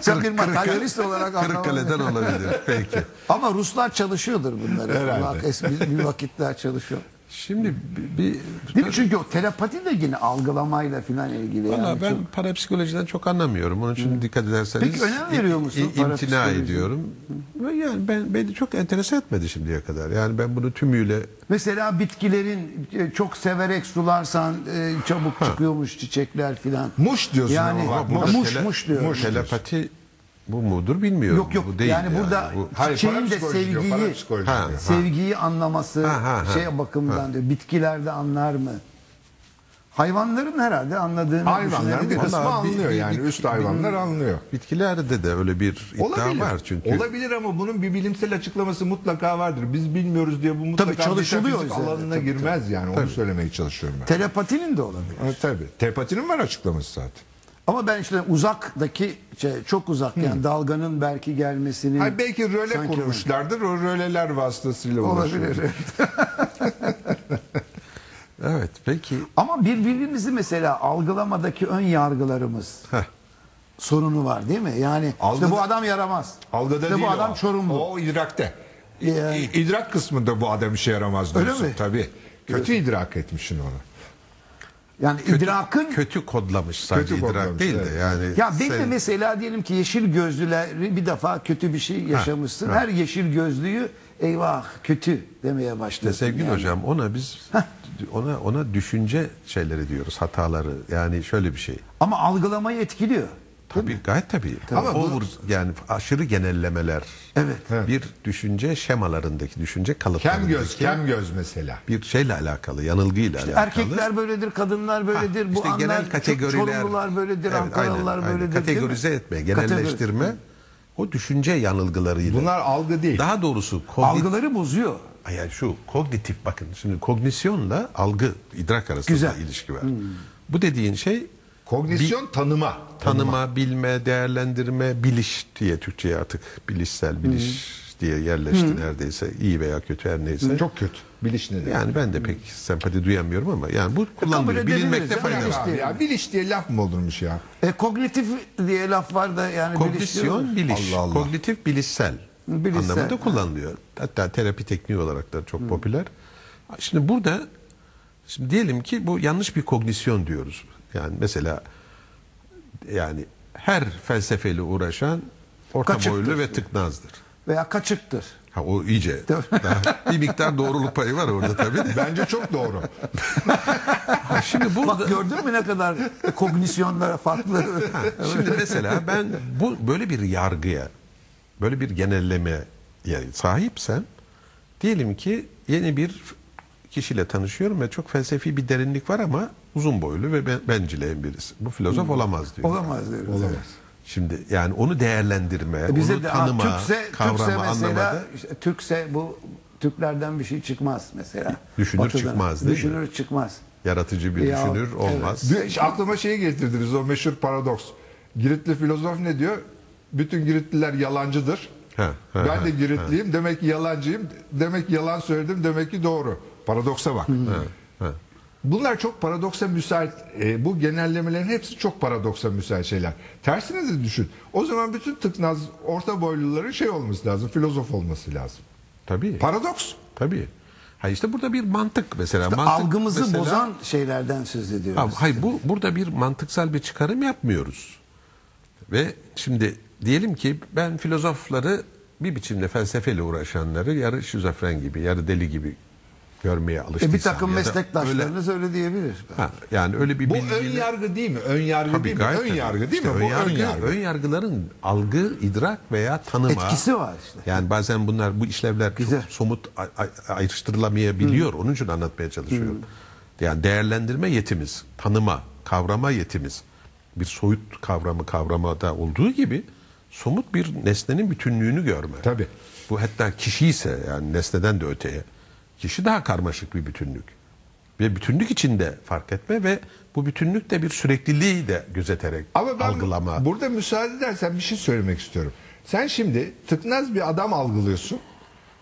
Sen bir materyalist olarak anlamadın. Kırıkkale'den olabilir. Peki. Ama Ruslar çalışıyordur bunları. Herhalde. Allah es- bir- bir vakitler çalışıyor. Şimdi bi- bir... Değil mi? Çünkü o telepati de yine algılamayla falan ilgili. Valla yani. ben Çok- parapsikolojiden çok anlamıyorum. Onun için dikkat ederseniz Peki önem veriyor musun i- i- imtina parapsikolojiye? ediyorum. Ve yani ben beni çok enterese etmedi şimdiye kadar. Yani ben bunu tümüyle Mesela bitkilerin e, çok severek sularsan e, çabuk çıkıyormuş çiçekler filan. Muş diyorsun Yani ama bak, muş, burada muş, tele- diyor. telepati bu mudur bilmiyorum. Yok, yok. Bu değil Yani burada- bu- Çiçeğin de parapsikoloji diyor, sevgiyi- parapsikoloji Ha. diyor. Sevgiyi anlaması Ha, ha, ha. şey bakımından diyor. Bitkilerde anlar mı? Hayvanların herhalde anladığını Hayvanlar düşünelim. bir Vallahi kısmı bir- anlıyor bir- yani. bir- Üst hayvanlar anlıyor. Bitkilerde de öyle bir iddia Olabilir. var çünkü. Olabilir ama bunun bir bilimsel açıklaması mutlaka vardır. Biz bilmiyoruz diye bu mutlaka Tabii çalışılıyor metafizik üzerine. alanına Tabii, girmez yani. Onu söylemeye çalışıyorum ben. Telepatinin de olabilir. Ha, tabii. Telepatinin var açıklaması zaten. Ama ben işte uzaktaki şey, çok uzak yani dalganın belki gelmesinin Hayır, belki röle Sanki kurmuşlardır. O röleler vasıtasıyla ulaşıyor. olabilir. Evet peki. Ama birbirimizi mesela algılamadaki ön yargılarımız Heh. sorunu var değil mi? Yani işte Algıda- bu adam yaramaz. Algıda işte değil bu adam o. çorumlu. O idrakte. Yani- İ- İdrak kısmında bu adam işe yaramaz Öyle diyorsun. mi? Tabii. Kötü idrak etmişsin onu. Yani Kötü, idrakın kötü kodlamış sadece Kötü idrak kodlamış, değil de evet. yani. ya benim de Ee, sen- mesela diyelim ki yeşil gözlüleri bir defa kötü bir şey yaşamışsın. Her yeşil gözlüyü eyvah kötü demeye Ya başlıyorsun. sevgili yani. hocam ona biz ona ona düşünce şeyleri diyoruz hataları yani şöyle bir şey. Ama algılamayı etkiliyor. Tabii gayet tabii. Ama bu- Over, yani aşırı genellemeler. Evet. Bir düşünce şemalarındaki düşünce kalıplarındaki Kem göz, kem göz mesela. bir şeyle alakalı, yanılgıyla alakalı. Erkekler böyledir, kadınlar böyledir. Ha, bu işte anlar, genel kategoriler. Çorumlular böyledir, Evet, Ankaralılar aynen, aynen. böyledir. değil mi? Kategorize etme, genelleştirme. O düşünce yanılgılarıyla. Bunlar algı değil. daha doğrusu kognitif Algıları bozuyor. Yani şu kognitif bakın şimdi kognisyonla algı idrak arasında Güzel. Hmm. ilişki var. Bu dediğin şey Kognisyon tanıma. tanıma, bilme, değerlendirme, biliş diye Türkçe'ye artık bilişsel biliş Hmm. diye yerleşti neredeyse. iyi veya kötü her neyse. Çok kötü. Biliş nedir? yani ben de pek sempati duyamıyorum ama yani bu kullanılıyor. E, edebiliriz Bilinmekte ya, fayda biliş var. diye. Abi ya biliş diye laf mı olurmuş ya? E, kognitif diye laf var da yani Kognisyon biliş biliş. Allah Allah. Kognitif bilişsel, Bilişsel, anlamında ha. kullanılıyor. Hatta terapi tekniği olarak da çok popüler. Şimdi burada şimdi diyelim ki bu yanlış bir kognisyon diyoruz. Yani mesela yani her felsefeyle uğraşan orta Kaçıktır. boylu ve tıknazdır. veya kaçıktır. Ha o iyice. Daha bir miktar doğruluk payı var orada tabii. [LAUGHS] de. Bence çok doğru. Ha, şimdi burada Bak gördün mü ne kadar [LAUGHS] kognisyonlara farklı. Ha, Şimdi mesela ben bu böyle bir yargıya, böyle bir genellemeye sahipsem diyelim ki yeni bir kişiyle tanışıyorum ve çok felsefi bir derinlik var ama uzun boylu ve ben- bencileyen birisi. Bu filozof olamaz diyor. Hmm. Olamaz diyoruz. Olamaz. Şimdi yani onu değerlendirme, E, Bize onu de tanıma, ha, Türkse, kavrama, Türkse mesela anlamada işte, Türkse bu Türklerden bir şey çıkmaz mesela. Düşünür Batı'dan. çıkmaz değil mi? Düşünür çıkmaz. yaratıcı bir Ya, düşünür evet. olmaz. Dün işte aklıma şeyi getirdiniz o meşhur paradoks. Giritli filozof ne diyor? Bütün Giritliler yalancıdır. Ha, ha, ben de ha, Giritliyim. Demek ki yalancıyım. Demek ki yalan söyledim. Demek ki doğru. Paradoksa bak. Bunlar çok paradoksa müsait. e, bu genellemelerin hepsi çok paradoksa müsait şeyler. Tersine de düşün. O zaman bütün tıknaz orta boyluların şey olması lazım. Filozof olması lazım. Tabii. Paradoks. tabii. Ha işte burada bir mantık mesela. mantık Algımızı mesela- bozan şeylerden söz ediyoruz. Tamam, hayır bu burada bir mantıksal bir çıkarım yapmıyoruz. Ve şimdi diyelim ki ben filozofları bir biçimde felsefeyle uğraşanları yarı şizofren gibi, yarı deli gibi görmeye alıştıysam. E bir takım ya da öyle- meslektaşlarınız öyle, diyebilir. Ha, yani öyle bir Bu bilgiyle- ön yargı değil mi? Ön yargı Tabii, değil mi? gayet Ön tabii. yargı değil İşte mi? ön Bu yargı, ön yargı. ön yargıların algı, idrak veya tanıma Etkisi var işte. Yani bazen bunlar bu işlevler Güzel. çok somut a- a- ayrıştırılamayabiliyor. Onun için anlatmaya çalışıyorum. Yani değerlendirme yetimiz, tanıma, kavrama yetimiz bir soyut kavramı kavramada olduğu gibi somut bir nesnenin bütünlüğünü görme. Tabii. Bu hatta kişi ise yani nesneden de öteye. Kişi daha karmaşık bir bütünlük. Ve bütünlük içinde fark etme ve bu bütünlük de bir sürekliliği de gözeterek Ama ben algılama. burada müsaade edersen bir şey söylemek istiyorum. Sen şimdi tıknaz bir adam algılıyorsun.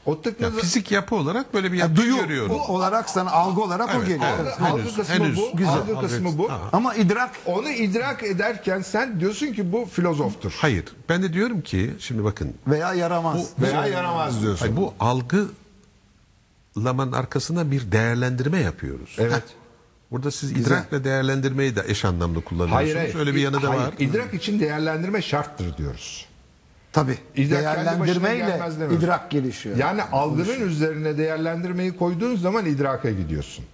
O Ya tıknazı... fizik yapı olarak böyle bir yapı duyu görüyorum. bu olarak sana algı olarak o Evet, geliyor. evet. Evet. Algı, algı Henüz, kısmı henüz. bu. Güzel. Algı kısmı bu. Tamam. Ama idrak Onu idrak ederken sen diyorsun ki bu filozoftur. Hayır. Ben de diyorum ki şimdi bakın veya yaramaz. Veya yaramaz diyorsun. hayır, bu algılamanın arkasına bir değerlendirme yapıyoruz. Evet. Burada siz Güzel. idrakla değerlendirmeyi de eş anlamlı kullanıyorsunuz. Öyle bir yanı da Hayır, var. İdrak için değerlendirme şarttır diyoruz. [LAUGHS] Tabii. İdrak kendi başına değerlendirmeyle gelmez demiyorum. idrak gelişiyor. Yani algının üzerine değerlendirmeyi koyduğun zaman idraka gidiyorsun.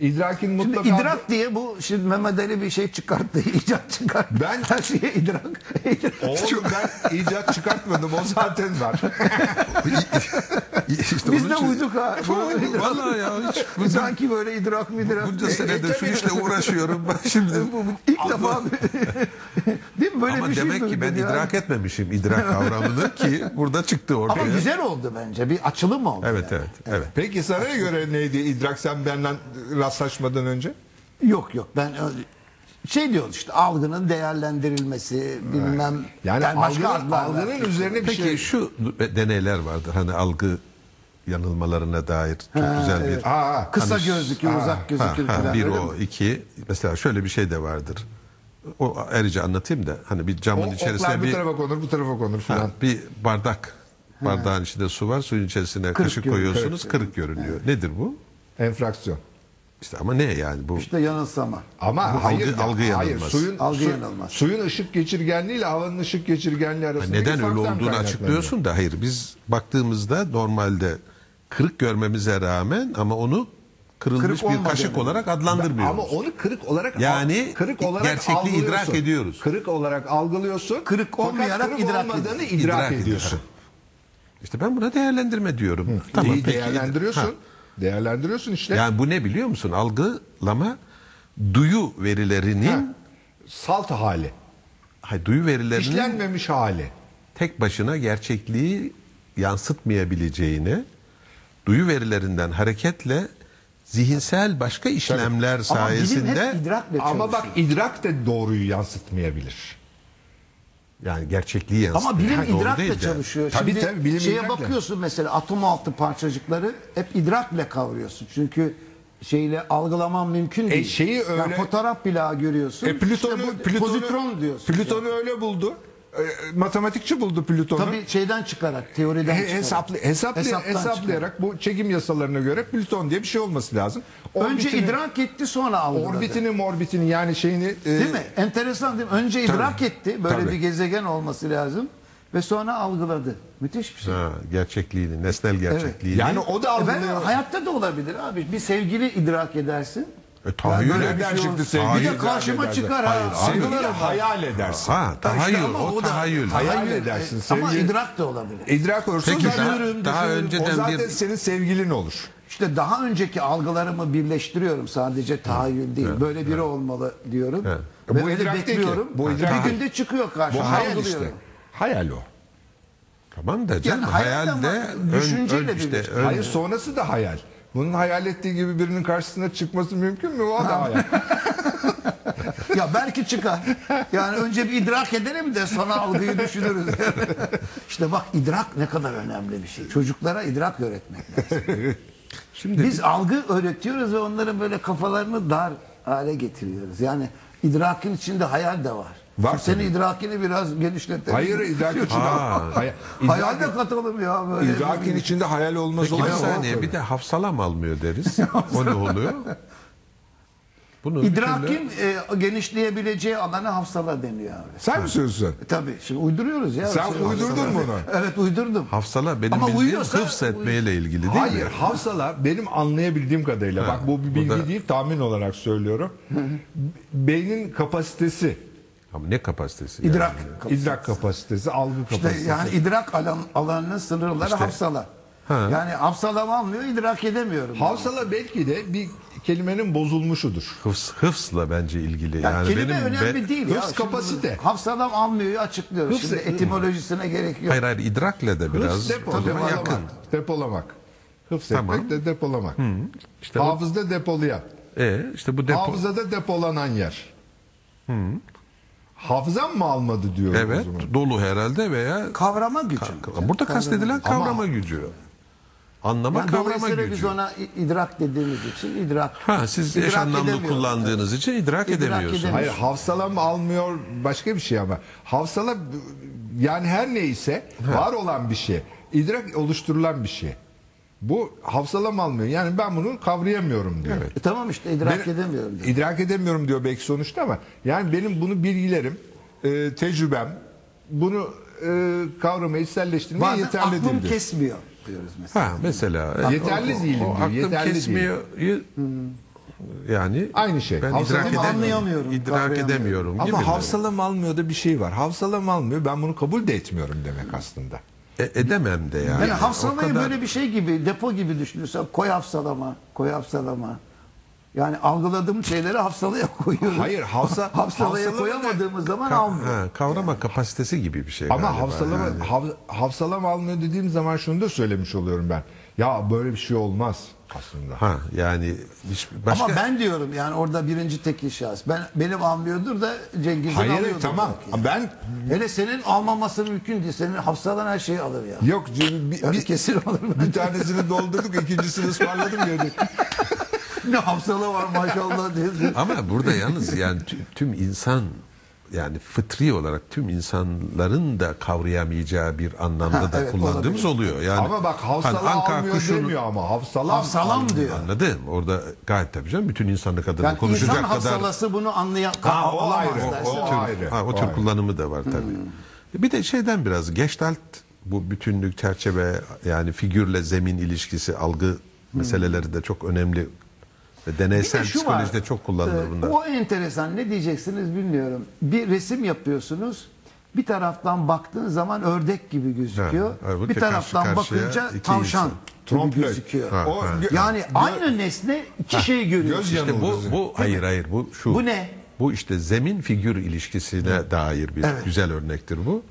İdrakin Şimdi mutlaka... idrak diye bu şimdi Mehmet Ali bir şey çıkarttı, [LAUGHS] icat çıkarttı. Ben- her şeye idrak. [LAUGHS] idrak. Oğlum ben icat çıkartmadım o zaten var. [LAUGHS] İşte Biz onun de için- uyduk ha. [LAUGHS] Vallahi ya hiç Bu Sanki böyle idrak mı idrak. bunca E, senedir şu işle uğraşıyorum. Ben şimdi bu- bu ilk defa [LAUGHS] değil mi böyle Ama bir şey demek ki ben duydum ya. idrak etmemişim idrak kavramını ki burada çıktı ortaya. Ama güzel oldu bence. Bir açılım oldu. Evet yani. evet evet. Peki sana göre neydi idrak sen benden rastlaşmadan önce? Yok yok ben öyle- şey diyor işte algının değerlendirilmesi bilmem. Yani, algının, adlar var. algının üzerine bir Peki şey... şu deneyler vardır hani algı yanılmalarına dair çok güzel bir Aa, Kısa gözlükü, uzak gözlükü Hani Ha, ha, falan. bir öyle o iki mesela şöyle bir şey de vardır. O ayrıca anlatayım da hani bir o camın oklar içerisine bu bir tarafa konur bu tarafa ha, konur falan. bir bardak bardağın içinde su var suyun içerisine kaşık görünüyor, koyuyorsunuz kırık görünüyor. Nedir bu? Enfraksiyon. İşte ama ne yani bu? İşte yanılsama. Ama Bu hayır, algı- ya, algı hayır yanılmaz. suyun, Algı su- yanılmaz. suyun ışık geçirgenliği ile havanın ışık geçirgenliği arasında Neden öyle olduğunu açıklıyorsun da hayır biz baktığımızda normalde kırık görmemize rağmen ama onu kırılmış Kırık bir kaşık olmadığını. olarak adlandırmıyoruz. Ama onu kırık olarak Yani kırık olarak gerçekliği algılıyorsun. idrak ediyoruz. Kırık olarak algılıyorsun. Kırık fakat olmayarak kırık idrak olmadığını ediyorsun. İdrak idrak, ediyorsun. İşte ben buna değerlendirme diyorum. İyi peki. değerlendiriyorsun. Ha, Değerlendiriyorsun işte. Yani bu ne biliyor musun? Algılama duyu verilerinin Salt hali. hayır, duyu verilerinin İşlenmemiş hali. tek başına gerçekliği yansıtmayabileceğini duyu verilerinden hareketle zihinsel başka işlemler Ama bilim sayesinde hep idrakla Ama bak çalışıyor. idrak da doğruyu yansıtmayabilir. yani gerçekliği yansıtıyor. Ama [LAUGHS] bilim Yani doğru idrakla değil de. çalışıyor. Tabii, Şimdi tabii, bilim şeye idrakla. bakıyorsun mesela atom altı parçacıkları hep idrakla kavruyorsun. Çünkü şeyle algılaman mümkün değil. E, şeyi Yani öyle- Fotoğraf bile görüyorsun. E Plüton'u İşte bu Plüton'u- pozitron diyorsun. Plüton'u öyle buldu. E, matematikçi buldu Plüton'u. Tabii şeyden çıkarak, teoriden He- çıkarak. hesaplı, hesaplı, Hesaptan hesaplayarak bu çekim yasalarına göre Plüton diye bir şey olması lazım. çıkarak. Önce idrak etti sonra algıladı. orbitini, morbitini yani şeyini e, Değil mi? Enteresan değil mi? Önce idrak etti. Böyle Tabii. bir gezegen olması lazım. Ve sonra algıladı. Müthiş bir şey. Ha, gerçekliğini, nesnel gerçekliğini. yani o da E ben- algılıyor. hayatta da olabilir abi. Bir sevgili idrak edersin. E, tahayyül Böyle et. bir şey çıktı olmaz. sevgili Bir de idrak karşıma edersin. çıkar Hayır, ha. sevgili Sevgili hayal edersin. Ha, tahayyül, o, tahayyül. Hayal edersin. Ama Sevgili- idrak da olabilir. İdrak olursa Peki, zaten- daha- Düşünürüm, daha düşünürüm. önceden o zaten bir- senin sevgilin olur. İşte daha önceki algılarımı birleştiriyorum sadece tahayyül değil. Böyle biri olmalı diyorum. Bu Ve öyle idrak değil ki. bekliyorum. Bu idrak bir değil. günde çıkıyor Bu karşıma. hayal algılıyorum. işte. Hayal o. Tamam da canım Yani hayal hayal de ön, ama düşünceyle ön işte birleşik. ön- Hayır sonrası da hayal. Bunun hayal ettiği gibi birinin karşısına çıkması mümkün mü? O da [LAUGHS] hayal. Ya belki çıkar. Yani önce bir idrak edelim de sonra [LAUGHS] algıyı düşünürüz. [LAUGHS] işte bak idrak ne kadar önemli bir şey. Çocuklara idrak öğretmek lazım. Şimdi Biz algı öğretiyoruz ve onların böyle kafalarını dar hale getiriyoruz. Yani idrakin içinde hayal de var. Var Şimdi Senin tabii. idrakini biraz genişletelim. Hayır idrak içinde Ha. hayal, Hayal de katalım ya böyle. idrakin içinde hayal olmaz Peki bir olmaz. saniye bir de hafsalam almıyor [LAUGHS] deriz. o ne oluyor? Bunu bir türlü- İdrakin e, genişleyebileceği alana hafsala deniyor abi. Sen mi söylüyorsun? E, tabii şimdi uyduruyoruz ya. Sen Şey, uydurdun bunu. Evet uydurdum. hafsala benim Ama bildiğim uyuyorsa- hıfz etmeyle ilgili değil Hayır, mi? hafsala benim anlayabildiğim kadarıyla Ha, bak bu bir bu bilgi da- değil tahmin olarak söylüyorum. Beynin kapasitesi, Ama ne kapasitesi? yani? İdrak. idrak kapasitesi, algı İşte kapasitesi. yani idrak alan, alanının sınırları hafsala. Ha. Yani hafsalam almıyor, idrak edemiyorum. Hafsala belki de bir kelimenin bozulmuşudur. Hıfz, hıfzla bence ilgili. Ya yani kelime benim önemli be- değil. ya. hıfz Şimdi kapasite. Hafsalam almıyor açıklıyoruz. Hıfz- Şimdi etimolojisine gerek yok. Hayır hayır idrakle de biraz o Hıfz zaman depolamak. yakın. Depolamak. Hıfz Tamam. etmek de depolamak. İşte o- Hafızda depolayan. E, işte bu depo. Hmm. Hafızada depolanan yer. Hafızam mı almadı diyorum o evet zaman. dolu herhalde veya Kavrama gücü. burada kastedilen gücü. Ama- kavrama gücü. Anlama Yani kavrama dolayısıyla gücü. biz ona i- idrak dediğimiz için idrak. Ha siz eş idrak anlamlı edemiyoruz. kullandığınız için idrak, İdrak edemiyorsunuz. edemiyoruz. Hayır hafsala mı almıyor başka bir şey ama. Hafsala yani her neyse var olan bir şey. İdrak oluşturulan bir şey. Bu hafsala mı almıyor? Yani ben bunu kavrayamıyorum diyor. E tamam işte idrak Ben- edemiyorum. diyor. İdrak edemiyorum diyor belki sonuçta ama yani benim bunu bilgilerim, e, tecrübem bunu e, kavramayı içselleştirmeye Bazen yeterli aklım değil diyor. kesmiyor diyoruz mesela. Ha mesela e, Yeterli o- değilim o diyor, aklım yeterli kesmiyor. Yani Aynı şey. Ben Hafızamı idrak edemiyorum. anlayamıyorum, İdrak kavrayamıyorum. edemiyorum gibi. Ama hafsalam almıyor da bir şey var. Hafsalam almıyor ben bunu kabul de etmiyorum demek aslında. E, edemem de yani. Yani O hafsalayı kadar- böyle bir şey gibi, depo gibi düşünürsen koy hafsalama, koy hafsalama. Yani algıladığım şeyleri hafsalaya [LAUGHS] koyuyoruz. Hayır, hafsa- [LAUGHS] hafsalaya hafsalama da- koyamadığımız zaman Ka- almıyor. ha, kavrama kapasitesi gibi bir şey. Ama galiba hafsalama, yani. hav- hafsalam almıyor dediğim zaman şunu da söylemiş oluyorum ben. Ya böyle bir şey olmaz aslında. Ha yani hiç başka Ama ben diyorum yani orada birinci tekil şahıs. Ben benim almıyordur da Cengiz'in Hayır alıyordur. tamam. belki yani. Ben Hele senin almaması mümkün değil. Senin hafsalan her şeyi alır ya. yok c- bir, Yani bir, kesin alır. bir tanesini doldurduk ikincisini ısmarladım gördük. ne hafsala var maşallah diyorsun. Ama burada yalnız yani tü- tüm insan yani fıtri olarak tüm insanların da kavrayamayacağı bir anlamda Ha, da evet, kullandığımız oluyor. Yani Ama bak hafsala hani Anka almıyor Akuşu'nun- demiyor ama hafsalam. Hafsalam diyor. Anladım. Orada gayet tabii canım bütün insanlık adına Yani insan konuşacak kadar hafsalası bunu anlayan Ha, o alamaz ayrı, dersin. Hmm. o- o tür, ayrı, ha, o tür ayrı. kullanımı da var tabii. Bir de şeyden biraz Gestalt bu bütünlük, çerçeve yani figürle zemin ilişkisi, algı meseleleri de çok önemli. Ve Hmm. Bir de Deneysel şu var, psikolojide çok kullanılır e, bunlar. O enteresan ne diyeceksiniz bilmiyorum. Bir resim yapıyorsunuz. Bir taraftan baktığın zaman ördek gibi gözüküyor. Ha, evet, bu bir tekrar taraftan karşıya bakınca iki tavşan insan. gibi Trompe. gözüküyor. Ha, O ha. gö- Yani aynı nesne iki şey görüyor. göz İşte bu bu hayır hayır bu şu. Bu ne? Bu işte zemin figür ilişkisine dair bir güzel örnektir bu.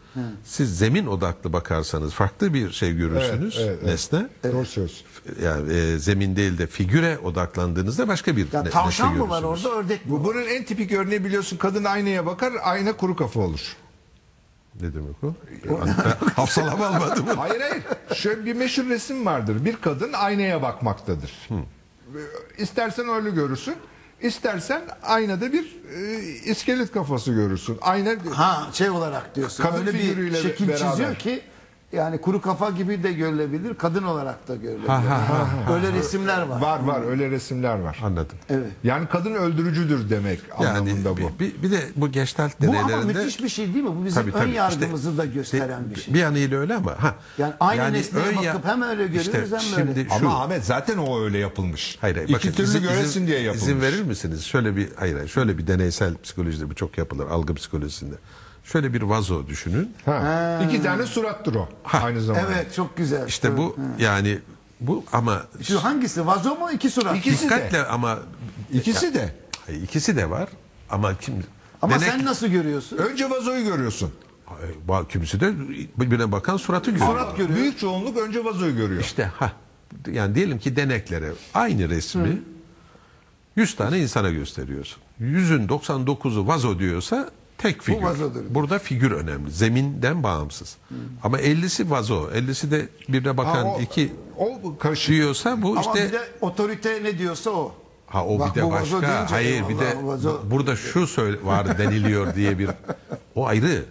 Siz zemin odaklı bakarsanız farklı bir şey görürsünüz Evet, evet, evet. nesne. Doğru söylüyorsun. Yani e, zemin değil de figüre odaklandığınızda başka bir Ya ne- tavşan nesne mı var görürsünüz. orada ördek mi? Bu, bunun en tipik örneği biliyorsun kadın aynaya bakar ayna kuru kafa olur. Ne demek o? [LAUGHS] Hatta Hafsalam almadı mı? Hayır hayır. Şöyle bir meşhur resim vardır. Bir kadın aynaya bakmaktadır. İstersen öyle görürsün. istersen aynada bir e, iskelet kafası görürsün. Ayna Ha şey olarak diyorsun. Kadın Öyle bir figürüyle şekil beraber. çiziyor ki yani kuru kafa gibi de görülebilir, kadın olarak da görülebilir. Ha, ha, ha, Öyle resimler var. var var öyle resimler var. Anladım. Evet. Yani kadın öldürücüdür demek Yani anlamında bu. bir- bir, bir de bu gestalt Bu ama deneylerinde müthiş bir şey değil mi? Bu bizim Tabii, ön tabii. yargımızı da gösteren de- bir şey. Bir yanıyla öyle ama ha. Yani aynı nesneye ön ya- bakıp hem öyle görüyoruz hem böyle. Şimdi şu, Ama Ahmet zaten o öyle yapılmış. Hayır, hayır. İki bakın, türlü izin- göresin izin- diye yapılmış. İzin verir misiniz? Şöyle bir hayır, hayır şöyle bir deneysel psikolojide bu çok yapılır algı psikolojisinde. Şöyle bir vazo düşünün. Ha. İki tane surattır o aynı zamanda. Evet çok güzel. İşte Evet. bu yani bu ama Şu hangisi? Vazo mu iki surat? İkisi de. dikkatle ama İkisi de. Hayır, ikisi de var ama kim Ama denek- sen nasıl görüyorsun? Önce vazoyu görüyorsun. Hayır, bak- kimisi de birbirine bakan suratı görüyor. Surat görüyor. Büyük çoğunluk önce vazoyu görüyor. İşte ha yani diyelim ki deneklere aynı resmi 100 tane insana gösteriyorsun. Yüzün 99'u vazo diyorsa Tek figür. vazodur. Burada figür önemli. Zeminden bağımsız. Hmm. Ama 50'si vazo. 50'si de birine bakan o- iki o karışık. diyorsa bu Ama işte bir de otorite ne diyorsa o. ha o Bak bir bu de vazo başka. deyince, Hayır bir de "Vallahi vazo." bu- burada şu söyle var deniliyor diye bir o ayrı.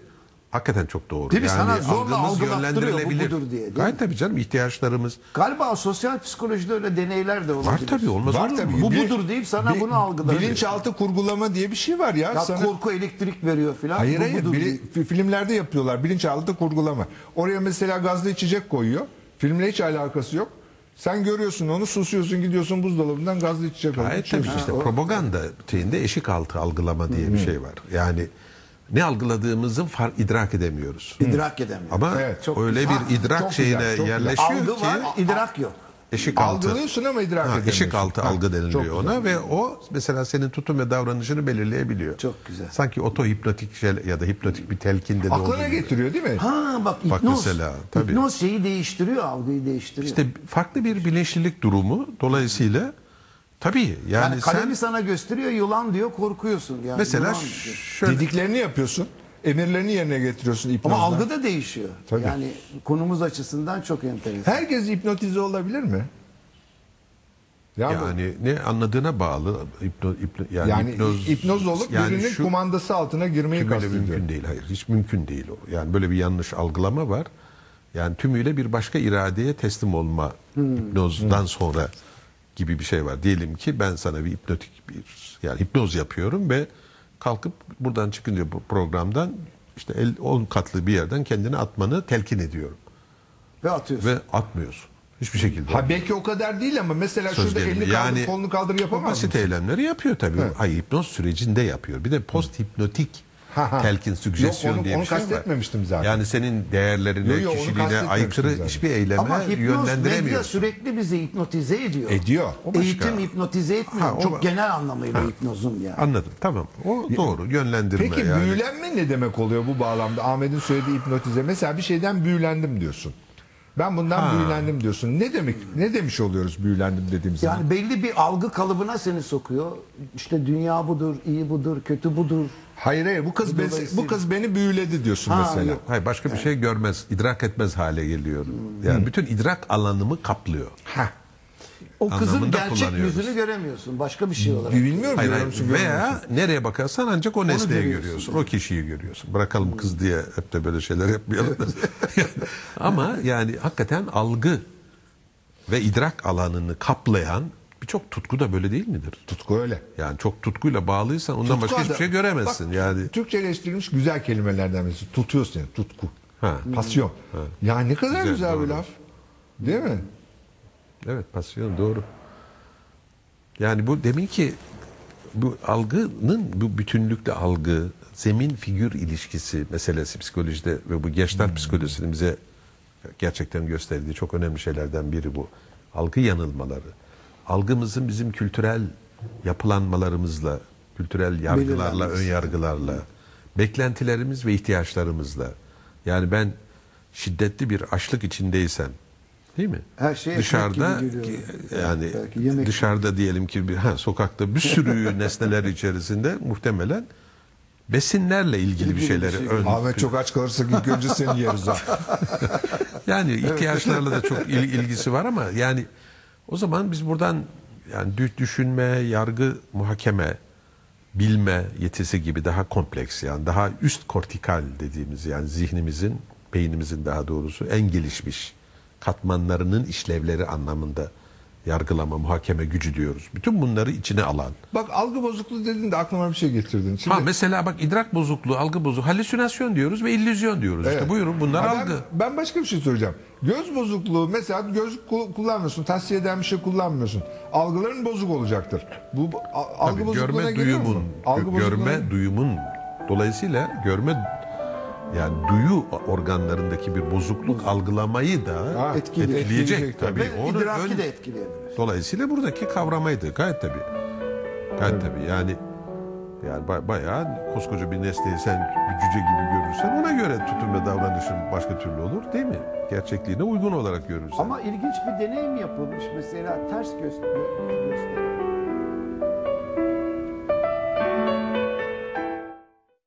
Hakikaten çok doğru. Değil mi? Sana zorla algımız algılattırıyor, bu yönlendirilebilir. budur diye, değil mi? Gayet tabii canım ihtiyaçlarımız Galiba sosyal psikolojide öyle deneyler de olabilir. var tabii olmaz Var olur tabii. mu? Bu Bir- budur deyip sana Bi- bunu algılar. Bilinçaltı kurgulama diye bir şey var ya. Ya Sana- korku elektrik veriyor filan. Hayır Bu hayır budur bili- deyip. fi- filmlerde yapıyorlar bilinçaltı kurgulama. Oraya mesela gazlı içecek koyuyor. Filmle hiç alakası yok. Sen görüyorsun onu susuyorsun gidiyorsun buzdolabından gazlı içecek alıp Gayet tabii Şey, içiyorsun. işte propaganda şeyinde eşik altı algılama diye bir şey var. Yani ne algıladığımızı far, idrak edemiyoruz. İdrak edemiyor. Ama Evet, çok öyle güzel. bir idrak Çok güzel, şeyine çok güzel. yerleşiyor Algı ki var, idrak yok. eşik altı. Algılıyorsun ama idrak Ha, edemiyorsun. eşik altı Ha, algı çok deniliyor güzel. ona ve o mesela senin tutum ve davranışını belirleyebiliyor. Çok güzel. Sanki oto hipnotik şey, ya da hipnotik bir telkinde de olduğu Aklına gibi. getiriyor değil mi? Ha bak hipnoz. Bak mesela, tabii. Hipnoz şeyi değiştiriyor, algıyı değiştiriyor. İşte farklı bir bilinçlilik durumu dolayısıyla tabii yani, sen yani kalemi sana gösteriyor, yılan diyor, korkuyorsun. Yani mesela yılan diyor. şöyle Dediklerini yapıyorsun. Emirlerini yerine getiriyorsun Ama hipnozdan. algı da değişiyor. Tabii. Yani konumuz açısından çok enteresan. Herkes hipnotize olabilir mi? Ya bu- yani, Yani ne anladığına bağlı hipno, hipno- yani, hipnoz, olup birinin şu- kumandası altına girmeyi tümüyle kastediyor. mümkün değil. Hayır, hiç mümkün değil o. Yani böyle bir yanlış algılama var. Yani tümüyle bir başka iradeye teslim olma hipnozdan sonra gibi bir şey var. Diyelim ki ben sana bir hipnotik bir yani hipnoz yapıyorum ve kalkıp buradan çıkınca bu programdan işte 10 katlı bir yerden kendini atmanı telkin ediyorum Ve atıyorsun. ve atmıyorsun. Hiçbir şekilde. Ha belki o kadar değil ama mesela Söz şurada gelimi. elini kaldır, Yani kolunu kaldır yapamaz mısın? Basit eylemleri yapıyor tabii. Evet. Hayır hipnoz sürecinde yapıyor. Bir de post hipnotik Ha, ha. telkin, sügesyon Yok, onu- diye bir onu şey var. kastetmemiştim zaten. Yani senin değerlerine, Yo, yo, onu kişiliğine kastetmemiştim aykırı zaten. hiçbir eyleme Ama hipnoz medya yönlendiremiyorsun. sürekli bizi hipnotize ediyor. Ediyor. O başka. Eğitim hipnotize etmiyor. Ha, o çok ba- genel anlamıyla hipnozun yani. Anladım. Tamam. O doğru. Yönlendirme Peki yani. büyülenme ne demek oluyor bu bağlamda? Ahmet'in söylediği hipnotize. Mesela bir şeyden büyülendim diyorsun. Ben bundan Ha. büyülendim diyorsun. Ne demek? Ne demiş oluyoruz büyülendim dediğimiz zaman? Yani belli bir algı kalıbına seni sokuyor. İşte dünya budur, iyi budur, kötü budur. Hayır hayır bu kız, beni- Dolayısıyla- bu kız beni büyüledi diyorsun Ha, mesela. yok. Hayır başka bir şey görmez, idrak etmez hale geliyor. Yani bütün idrak alanımı kaplıyor. Ha. O kızın Anlamında gerçek kullanıyoruz. yüzünü göremiyorsun. Başka bir şey olarak. Bilmiyorum Hayır, diyorum hayır. çünkü Veya nereye bakarsan ancak o nesneyi görüyorsun. görüyorsun. O kişiyi görüyorsun. Bırakalım kız diye hep de böyle şeyler yapmayalım. [LAUGHS] da. Ama yani hakikaten algı ve idrak alanını kaplayan birçok tutku da böyle değil midir? tutku öyle. Yani çok tutkuyla bağlıysan ondan Tutku başka hiçbir adam- şey göremezsin. Bak, yani Türkçeleştirilmiş güzel kelimelerden birisi. Tutuyor seni tutku. Ha. Pasyon. Ya ne kadar güzel, Güzel, doğru. bir laf. Değil mi? evet pasyon doğru. Yani bu demin ki bu algının bu bütünlükte algı, zemin figür ilişkisi meselesi psikolojide ve bu gençler psikolojisinin bize gerçekten gösterdiği çok önemli şeylerden biri bu. Algı yanılmaları. Algımızın bizim kültürel yapılanmalarımızla, kültürel yargılarla, Belirlenmesi. ön yargılarla, beklentilerimiz ve ihtiyaçlarımızla. Yani ben şiddetli bir açlık içindeysem, değil mi? Her şey ekmek dışarıda gibi görüyorum. yani Belki dışarı yemek dışarıda diyelim ki bir ha, sokakta bir sürü [LAUGHS] nesneler içerisinde muhtemelen besinlerle ilgili bir şeyleri şey ön, Ahmet çok aç kalırsak ilk önce seni yeriz ha. yani ihtiyaçlarla da çok il- ilgisi var ama yani o zaman biz buradan yani dü- düşünme, yargı, muhakeme, bilme yetisi gibi daha kompleks yani daha üst kortikal dediğimiz yani zihnimizin, beynimizin daha doğrusu en gelişmiş katmanlarının işlevleri anlamında yargılama, muhakeme gücü diyoruz. Bütün bunları içine alan. [LAUGHS] Bak algı bozukluğu dedin de aklıma bir şey getirdin. Şimdi, ha mesela bak idrak bozukluğu, algı bozukluğu, halüsinasyon diyoruz ve illüzyon diyoruz. Evet. İşte buyurun bunlar Ha, ben- algı. Ben başka bir şey soracağım. Göz bozukluğu mesela gözlük ku- kullanmıyorsun. Tavsiye eden bir şey kullanmıyorsun. Algıların bozuk olacaktır. Bu bu- a- algı Tabii bozukluğuna görme giriyor mu? duyumun, Algı gö- bozukluğuna- görme duyumun dolayısıyla görme yani duyu organlarındaki bir bozukluk algılamayı da Ha, etkileyecek. etkileyecek tabii. Ve Onu idraki ön- de etkileyebilir. Dolayısıyla buradaki kavramaydı gayet tabii. Gayet tabii yani yani ba- bayağı koskoca bir nesneyi sen bir cüce gibi görürsen ona göre tutum ve davranışın başka türlü olur değil mi? Gerçekliğine uygun olarak görürsen. Ama ilginç bir deneyim yapılmış. Mesela ters göster gösteren